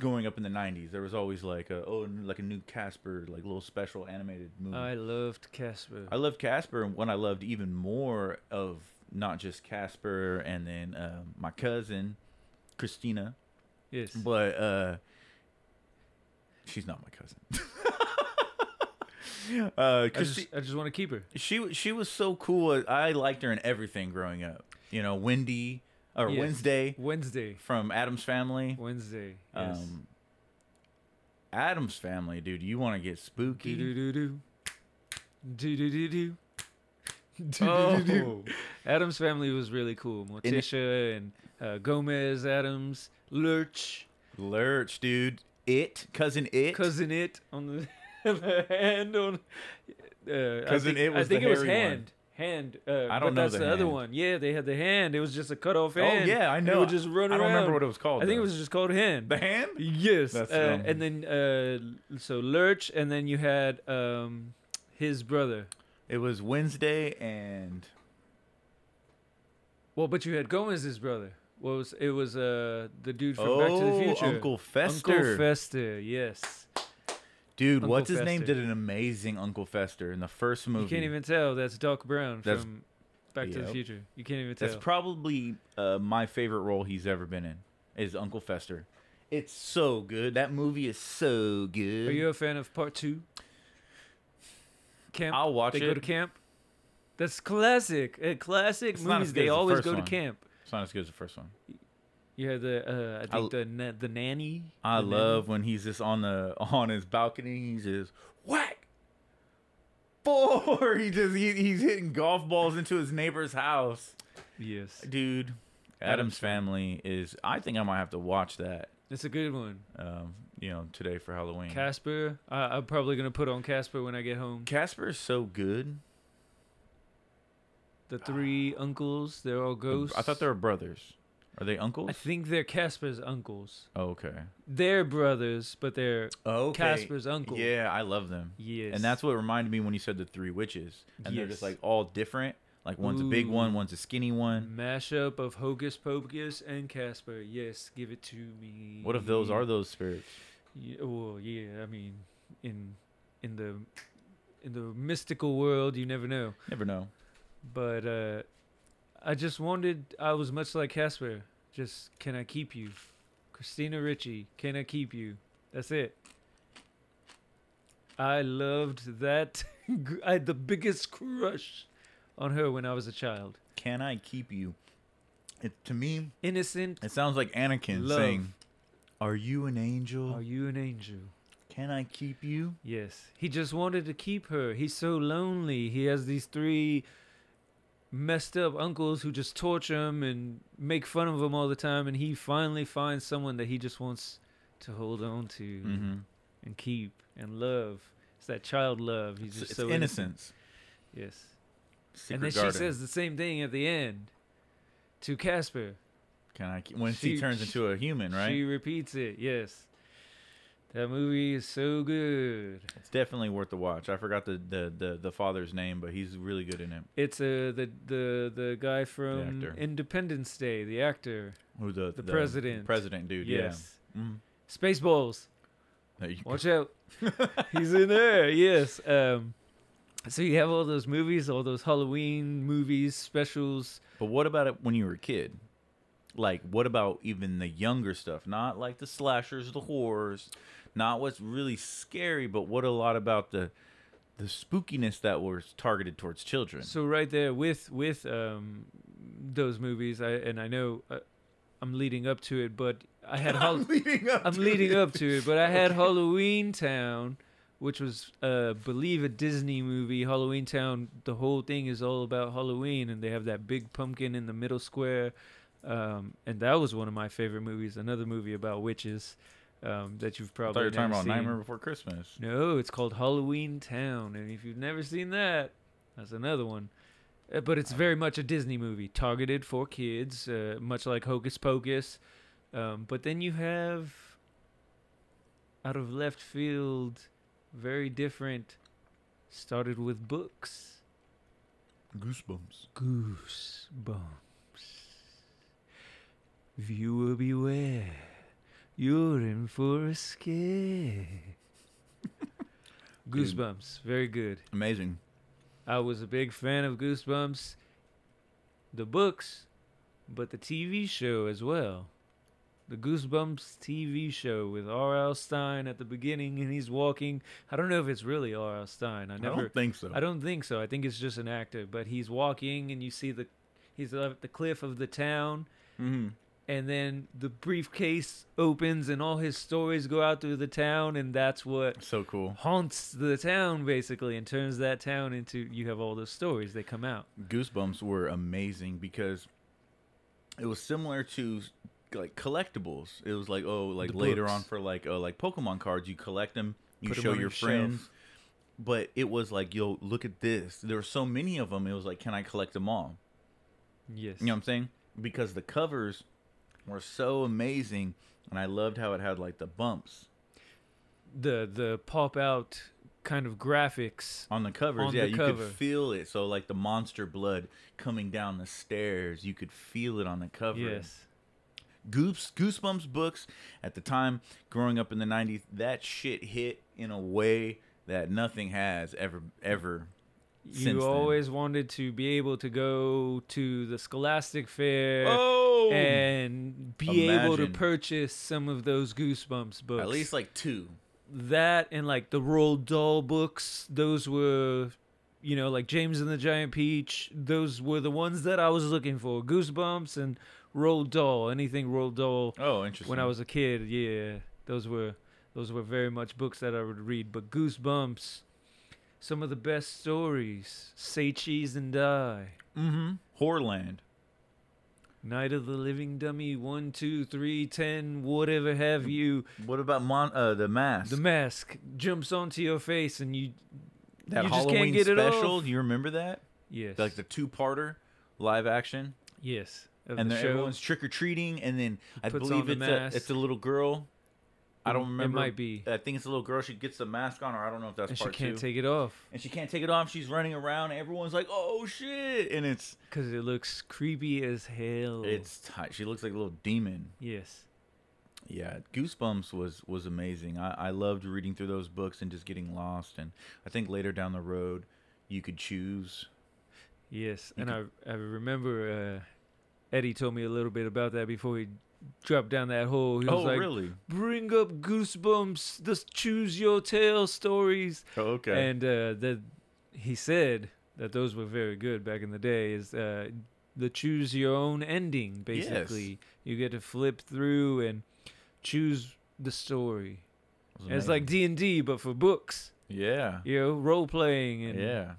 going up in the '90s. There was always like a oh, n- like a new Casper, like little special animated movie.
Oh, I loved Casper.
Mm. I loved Casper, and what I loved even more of not just Casper and then uh, my cousin Christina,
yes.
but uh, she's not my cousin. *laughs* uh,
I just,
Christi-
I just want to keep her.
she wa- she was so cool. I liked her in everything growing up. You know, Wendy or
Yes.
Wednesday
Wednesday.
from Adam's Family.
Wednesday. Yes.
Um, Adam's Family, dude. You want to get spooky?
do do do do. Do do do do. Do do do.
Oh.
Adam's family was really cool.
it-
Morticia and, uh, Gomez Adams, Lurch,
Lurch, dude. It cousin it.
cousin it on the, *laughs* the hand on. Uh, I
Cousin
think,
It
I
was the
think it was
hairy one.
hand. Hand. Uh,
I
but
don't know
That's
the
the, other
hand.
one. Yeah, they had the hand. It was just a cut off
oh
hand.
yeah, I
and
know.
It would just run
I
around.
don't remember what it was called.
I think it
though.
was just called hand.
the hand.
Yes.
That's
uh,
dumb.
and then uh, so Lurch, and then you had um, his brother.
It was Wednesday and
Well, but you had Gomez's brother. What was it was uh, the dude from Back to the
Oh,
Future.
Uncle Fester.
Uncle Fester. Yes.
dude,
Uncle
what's his name?
Fester.
Did an amazing Uncle Fester in the first movie.
You can't even tell that's Doc Brown
That's-
from Back to the
Yep.
Future. You can't even tell.
That's probably uh, my favorite role he's ever been in is Uncle Fester. It's so good. That movie is so good.
Are you a fan of Part Two? Camp.
I'll watch
they
it.
go to camp. That's classic. Uh, classic
It's not as good as
movies. They
the
always
first
go
one.
to camp.
it's not as good as the first one.
You had the uh, I
I
think the na- the nanny.
I
the nanny.
love when he's just on the on his balcony. He's just whack four. *laughs* He just he, he's hitting golf balls into his neighbor's house,
Yes,
dude. Adam's Family is. I think I might have to watch that.
it's a good one.
Um, you know, today for Halloween.
Casper. I I'm probably gonna put on Casper when I get home.
Casper is so good.
The three uncles. They're all ghosts.
I thought they were brothers. Are they
I
uncles?
think they're Casper's uncles.
Oh, okay.
They're brothers, but they're
Oh,
Casper's uncle.
Yeah, I love them.
yes.
And that's what reminded me when you said the three witches, and they're just
Yes.
like all different. Like one's a big one,
Ooh.
one's a skinny one.
mashup of Hocus Pocus and Casper. Yes, give it to me.
What if those are those spirits?
Yeah, well, yeah. I mean, in in the in the mystical world, you never know.
Never know.
But uh, I just wanted. I was much like Casper. Just can I keep you, Christina Ritchie? Can I keep you? That's it. I loved that. *laughs* gr- I had the biggest crush on her when I was a child.
Can I keep you? It, to me,
Innocent.
it sounds like Anakin
Love.
saying, "Are you an angel?
Are you an angel?
Can I keep you?"
Yes. He just wanted to keep her. He's so lonely. He has these three messed up uncles who just torture him and make fun of him all the time. And he finally finds someone that he just wants to hold on to
Mm-hmm.
and keep and love. It's that child love. He's
It's,
just
it's
so innocent.
innocence.
Yes.
Secret
and then
garden.
she says the same thing at the end to Casper.
"Can I?" Keep, when she,
She-
turns
she-
into a human, right?
She repeats it. Yes. That movie is so good.
it's definitely worth the watch. I forgot the, the the the father's name, but he's really good in it.
It's uh, the the the guy from
actor.
Independence Day, the actor.
Who the
The president.
President dude.
yes.
Yeah. Mm.
Spaceballs.
There you go. *laughs*
Watch out. He's in there. Yes. Um so you have all those movies, all those Halloween movies, specials.
But what about it when you were a kid? Like, what about even the younger stuff? Not like the slashers, the horrors, not what's really scary, but what a lot about the the spookiness that was targeted towards children.
So right there with with um those movies, I and I know uh, I'm leading up to it, but
*laughs*
I had Hall-
leading up.
*laughs* I'm leading up to it, but I had Halloween Town, which was, uh, believe a Disney movie. Halloween Town, the whole thing is all about Halloween, and they have that big pumpkin in the middle square, um, and that was one of my favorite movies. Another movie about witches um, that you've
I thought you
probably
were talking
never
about
seen.
Nightmare Before Christmas.
No, it's called Halloween Town, and if you've never seen that, that's another one. Uh, But it's very much a Disney movie, targeted for kids, uh, much like Hocus Pocus. Um, but then you have, out of left field, very different. Started with books.
Goosebumps.
Goosebumps. Viewer beware. You're in for a scare.
Dude.
Goosebumps. Very good.
Amazing.
I was a big fan of Goosebumps. The books, but the TV show as well. The Goosebumps TV show with R.L. Stein at the beginning, and he's walking. I don't know if it's really R.L. Stein. I
I,
never.
don't think so.
I don't think so. I think it's just an actor, but he's walking and you see the he's at the cliff of the town
Mhm.
and then the briefcase opens and all his stories go out through the town and that's what
So cool.
haunts the town basically and turns that town into you have all those stories they come out.
Goosebumps were amazing because it was similar to like collectibles. It was like oh, like
The
later
books.
on for like oh, like Pokemon cards, you collect them, you
Put 'em
show
on
your
your shelf.
friends. But it was like yo, look at this. There were so many of them. It was like, can I collect them all?
Yes.
You know what I'm saying? Because the covers were so amazing, and I loved how it had like the bumps
The the pop out kind of graphics.
on the covers.
On
yeah,
the
you
cover.
could feel it. So like the monster blood coming down the stairs, you could feel it on the cover.
Yes.
Goose Goosebumps books at the time growing up in the 90s that shit hit in a way that nothing has ever ever
you
Since then.
always wanted to be able to go to the Scholastic Fair
Oh,
and be able to
Imagine.
purchase some of those Goosebumps books.
at least like two.
that and like the Roald Dahl books, those were, you know, like James and the Giant Peach. Those were the ones that I was looking for. Goosebumps and Roald Dahl. Anything Roald Dahl
Oh, interesting.
when I was a kid. Yeah, those were those were very much books that I would read. But Goosebumps, some of the best stories. Say cheese and die.
mm-hmm. Horland.
Night of the Living Dummy. One, two, three, ten, whatever have you.
What about Mon- uh, the mask?
The mask jumps onto your face and you.
that
you just
Halloween
can't get it off.
special. Do you remember that?
Yes.
Like the two-parter live action,
yes. Of
and
the
then
show.
everyone's trick or treating, and then I
puts
believe
on the
it's a,
mask.
it's a little girl. I
It
don't remember.
might be.
I think it's a little girl. She gets the mask on, or I don't know if that's
and she
part
can't
two.
take it off
and she can't take it off. She's running around. And everyone's like, "Oh shit!" And it's
because it looks creepy as hell.
it's tight. She looks like a little demon.
yes.
Yeah, Goosebumps was was amazing. I, I loved reading through those books and just getting lost. And I think later down the road, you could choose.
Yes,
You
and I I remember uh, Eddie told me a little bit about that before he dropped down that hole. He was like,
Oh, really?
"Bring up Goosebumps, the choose your tale stories,"
Oh, okay.
and uh, that he said that those were very good back in the day. Is uh, the choose your own ending basically? You get to flip through and choose the story.
It was
And it's like
amazing.
D and D, but for books.
yeah,
You know, role playing and
yeah.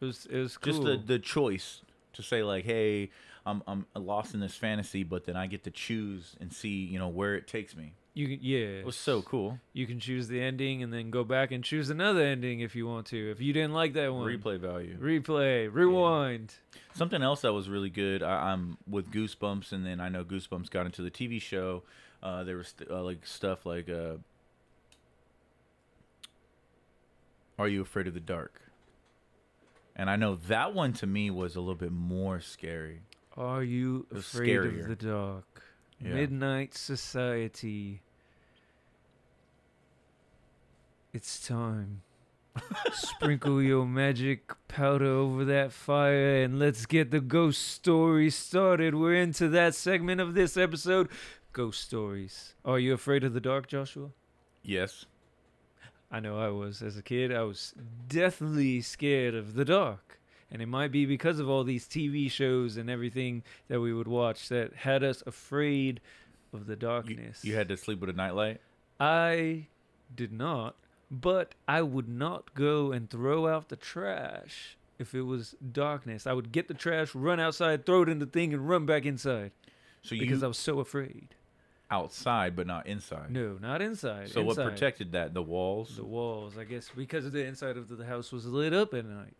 it was it was cool.
Just the the choice to say like, hey, I'm I'm lost in this fantasy, but then I get to choose and see you know where it takes me.
you can- yeah.
It was so cool.
you can choose the ending and then go back and choose another ending if you want to. If you didn't like that one,
Replay value.
replay, rewind.
Something else that was really good. I, I'm with Goosebumps, and then I know Goosebumps got into the TV show. Uh, there was uh, like stuff like, uh, "Are you afraid of the dark?" And I know that one to me was a little bit more scary.
Are you
was
afraid
scarier.
of the dark?
Yeah.
Midnight Society. It's time. Sprinkle your magic powder over that fire and let's get the ghost story started. We're into that segment of this episode. Ghost stories. Are you afraid of the dark, Joshua?
Yes.
I know I was as a kid. I was deathly scared of the dark. And it might be because of all these TV shows and everything that we would watch that had us afraid of the
You,
darkness.
you had to sleep with a nightlight.
I did not, but I would not go and throw out the trash if it was darkness. I would get the trash, run outside, throw it in the thing, and run back inside
So you
because I was so afraid.
outside, but not inside.
No, not inside.
so what
inside.
protected that? The walls.
the walls? I guess because the inside of the house was lit up at night.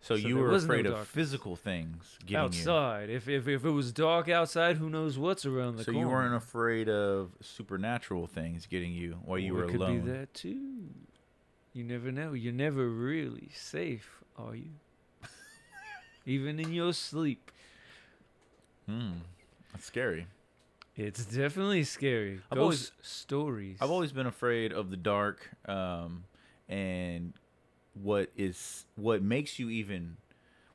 so,
so
you
there
were
was no
afraid of
darkness.
physical things getting you.
outside. If, if if it was dark outside, who knows what's around the
So
corner?
you weren't afraid of supernatural things getting you while you
Or
were
it could
alone.
be that too. You never know. You're never really safe, are you? *laughs* Even in your sleep,
Hmm. That's scary.
it's definitely scary.
I've always-
Ghost stories.
I've always been afraid of the dark, um, and what is what makes you even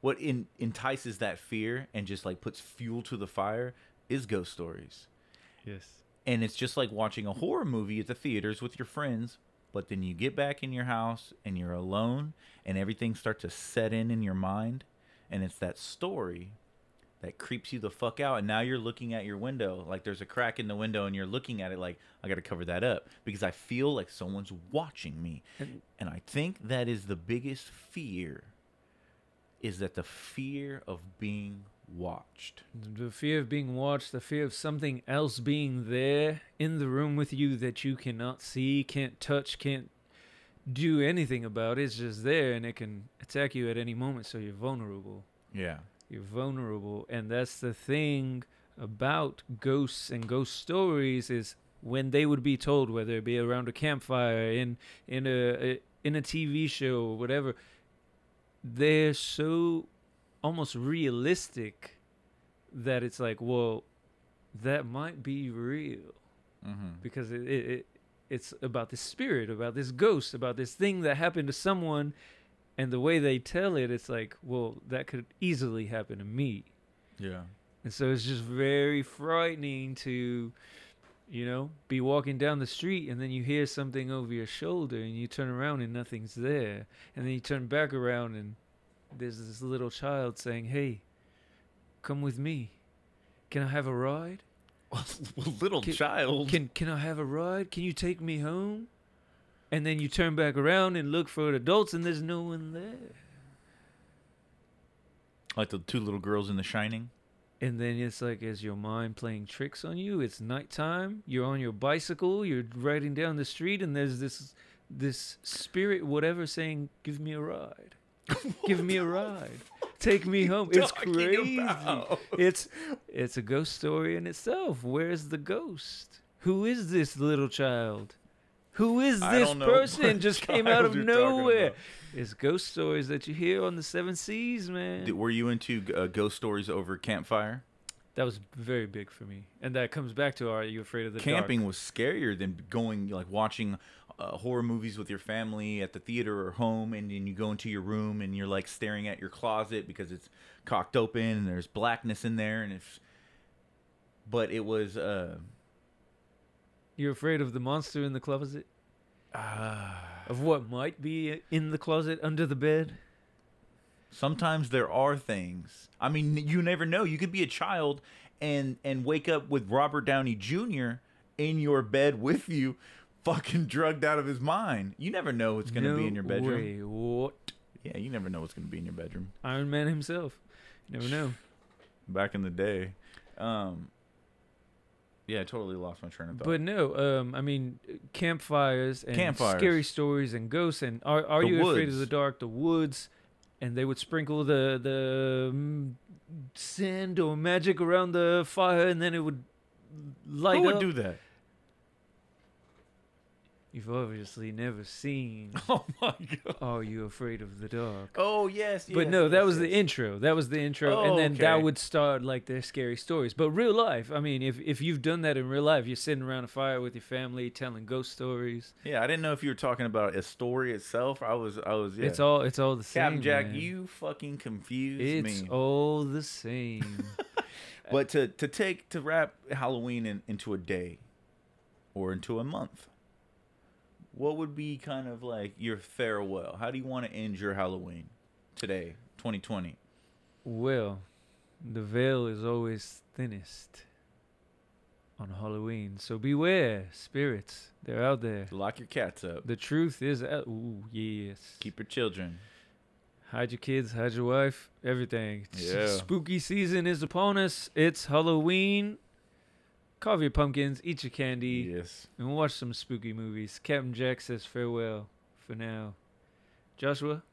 what in, entices that fear and just like puts fuel to the fire is ghost stories.
yes.
And it's just like watching a horror movie at the theaters with your friends, but then you get back in your house and you're alone and everything starts to set in in your mind and it's that story that creeps you the fuck out and now you're looking at your window like there's a crack in the window and you're looking at it like I got to cover that up because I feel like someone's watching me.
And-
And I think that is the biggest fear is that the fear of being watched.
The fear of being watched, the fear of something else being there in the room with you that you cannot see, can't touch, can't do anything about. It's just there and it can attack you at any moment, so you're vulnerable.
Yeah.
You're vulnerable, and that's the thing about ghosts and ghost stories is when they would be told, whether it be around a campfire, in in a in a TV show or whatever, they're so almost realistic that it's like, well, that might be real
Mhm.
because it, it, it it's about this spirit, about this ghost, about this thing that happened to someone and the way they tell it, it's like, well, that could easily happen to me.
Yeah.
And so it's just very frightening to, you know, be walking down the street and then you hear something over your shoulder and you turn around and nothing's there. And then you turn back around and there's this little child saying, hey, come with me. Can I have a ride?
Little
Can-
child.
Can can I have a ride? Can you take me home? And then you turn back around and look for adults and there's no one there.
like the two little girls in The Shining.
And then it's like, is your mind playing tricks on you? It's nighttime. You're on your bicycle. You're riding down the street, and there's this this spirit, whatever, saying, "Give me a ride. *laughs* Give me a ride. Take me home." It's
talking
crazy.
about?
It's it's a ghost story in itself. Where's the ghost? Who is this little child? Who is
I
this
don't know *laughs*
person?
what
Just came out
child
of
you're talking
nowhere.
about.
It's ghost stories that you hear on the Seven Seas, man.
Did, were you into uh, ghost stories over campfire?
That was very big for me, and that comes back to "Are you afraid of the dark?
Camping was scarier than going like watching uh, horror movies with your family at the theater or home, and then you go into your room and you're like staring at your closet because it's cocked open and there's blackness in there, and it's. But it was. Uh,
You're afraid of the monster in the closet,
Ah.
of what might be in the closet under the bed.
sometimes there are things i mean you never know you could be a child and and wake up with robert downey jr in your bed with you fucking drugged out of his mind you never know what's gonna be in your
No
bedroom
Way. What?
yeah you never know what's gonna be in your bedroom
Iron Man himself. You never know.
back in the day um yeah i totally lost my train of thought
But no, um, I mean campfires and
Campfires.
scary stories and ghosts and are are
The
you afraid of the
woods.
dark? The woods, and they would sprinkle the the mm, sand or magic around the fire, and then it would light
who
up.
would do that *laughs*
You've obviously never seen
oh my god
Are You Afraid of the Dark?
oh yes,
But
yes,
no, that
yes,
was the
yes.
intro. That was the intro,
Oh,
and then that
okay.
would start like their scary stories. But real life, I mean, if if you've done that in real life, you're sitting around a fire with your family, telling ghost stories.
yeah i didn't know if you were talking about a story itself i was i was yeah
It's all it's all the same.
captain jack
man.
you fucking confused
It's
me *laughs*
all the same.
But to to take to wrap Halloween in, into a day, or into a month, what would be kind of like your farewell? How do you want to end your Halloween today, 2020?
well, the veil is always thinnest on Halloween, so beware, spirits. They're out there.
Lock your cats up.
The truth is out. Ooh, yes.
Keep your children.
Hide your kids, hide your wife, everything. S-
Yeah.
Spooky season is upon us. It's Halloween. Carve your pumpkins, eat your candy,
Yes.
and watch some spooky movies. Captain Jack says farewell for now. Joshua,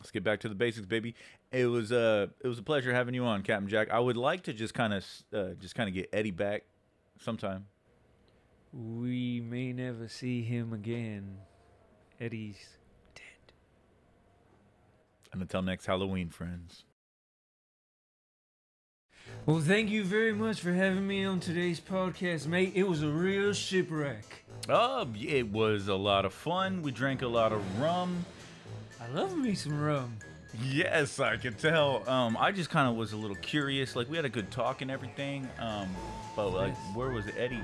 Let's get back to the basics, baby. It was uh it was a pleasure having you on, Captain Jack. I would like to just kind of uh, just kind of get Eddie back sometime.
we may never see him again. Eddie's dead.
And until next Halloween, friends.
Well, thank you very much for having me on today's podcast, mate. It was a real shipwreck.
Uh, it was a lot of fun. We drank a lot of rum.
I love me some rum.
Yes, I can tell. Um, I just kind of was a little curious. Like we had a good talk and everything. Um, but like,
Yes.
where was Eddie?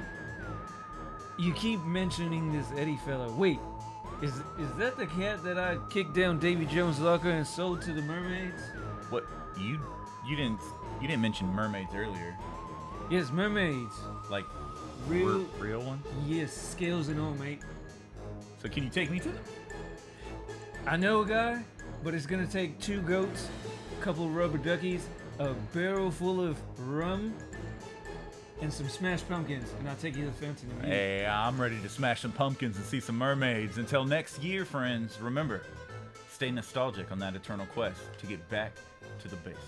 You keep mentioning this Eddie fella. Wait, is is that the cat that I kicked down Davy Jones' locker and sold to the mermaids?
What you you didn't you didn't mention mermaids earlier?
Yes, mermaids.
Like
Real.
re- real ones.
Yes, scales and all, mate.
So can you take me to them?
I know a guy, but it's gonna take two goats, a couple rubber duckies, a barrel full of rum, and some smashed pumpkins, and I'll take you to the fountain. and meet you.
Hey, I'm ready to smash some pumpkins and see some mermaids. Until next year, friends. Remember, stay nostalgic on that eternal quest to get back to the basics.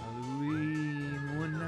Halloween, one night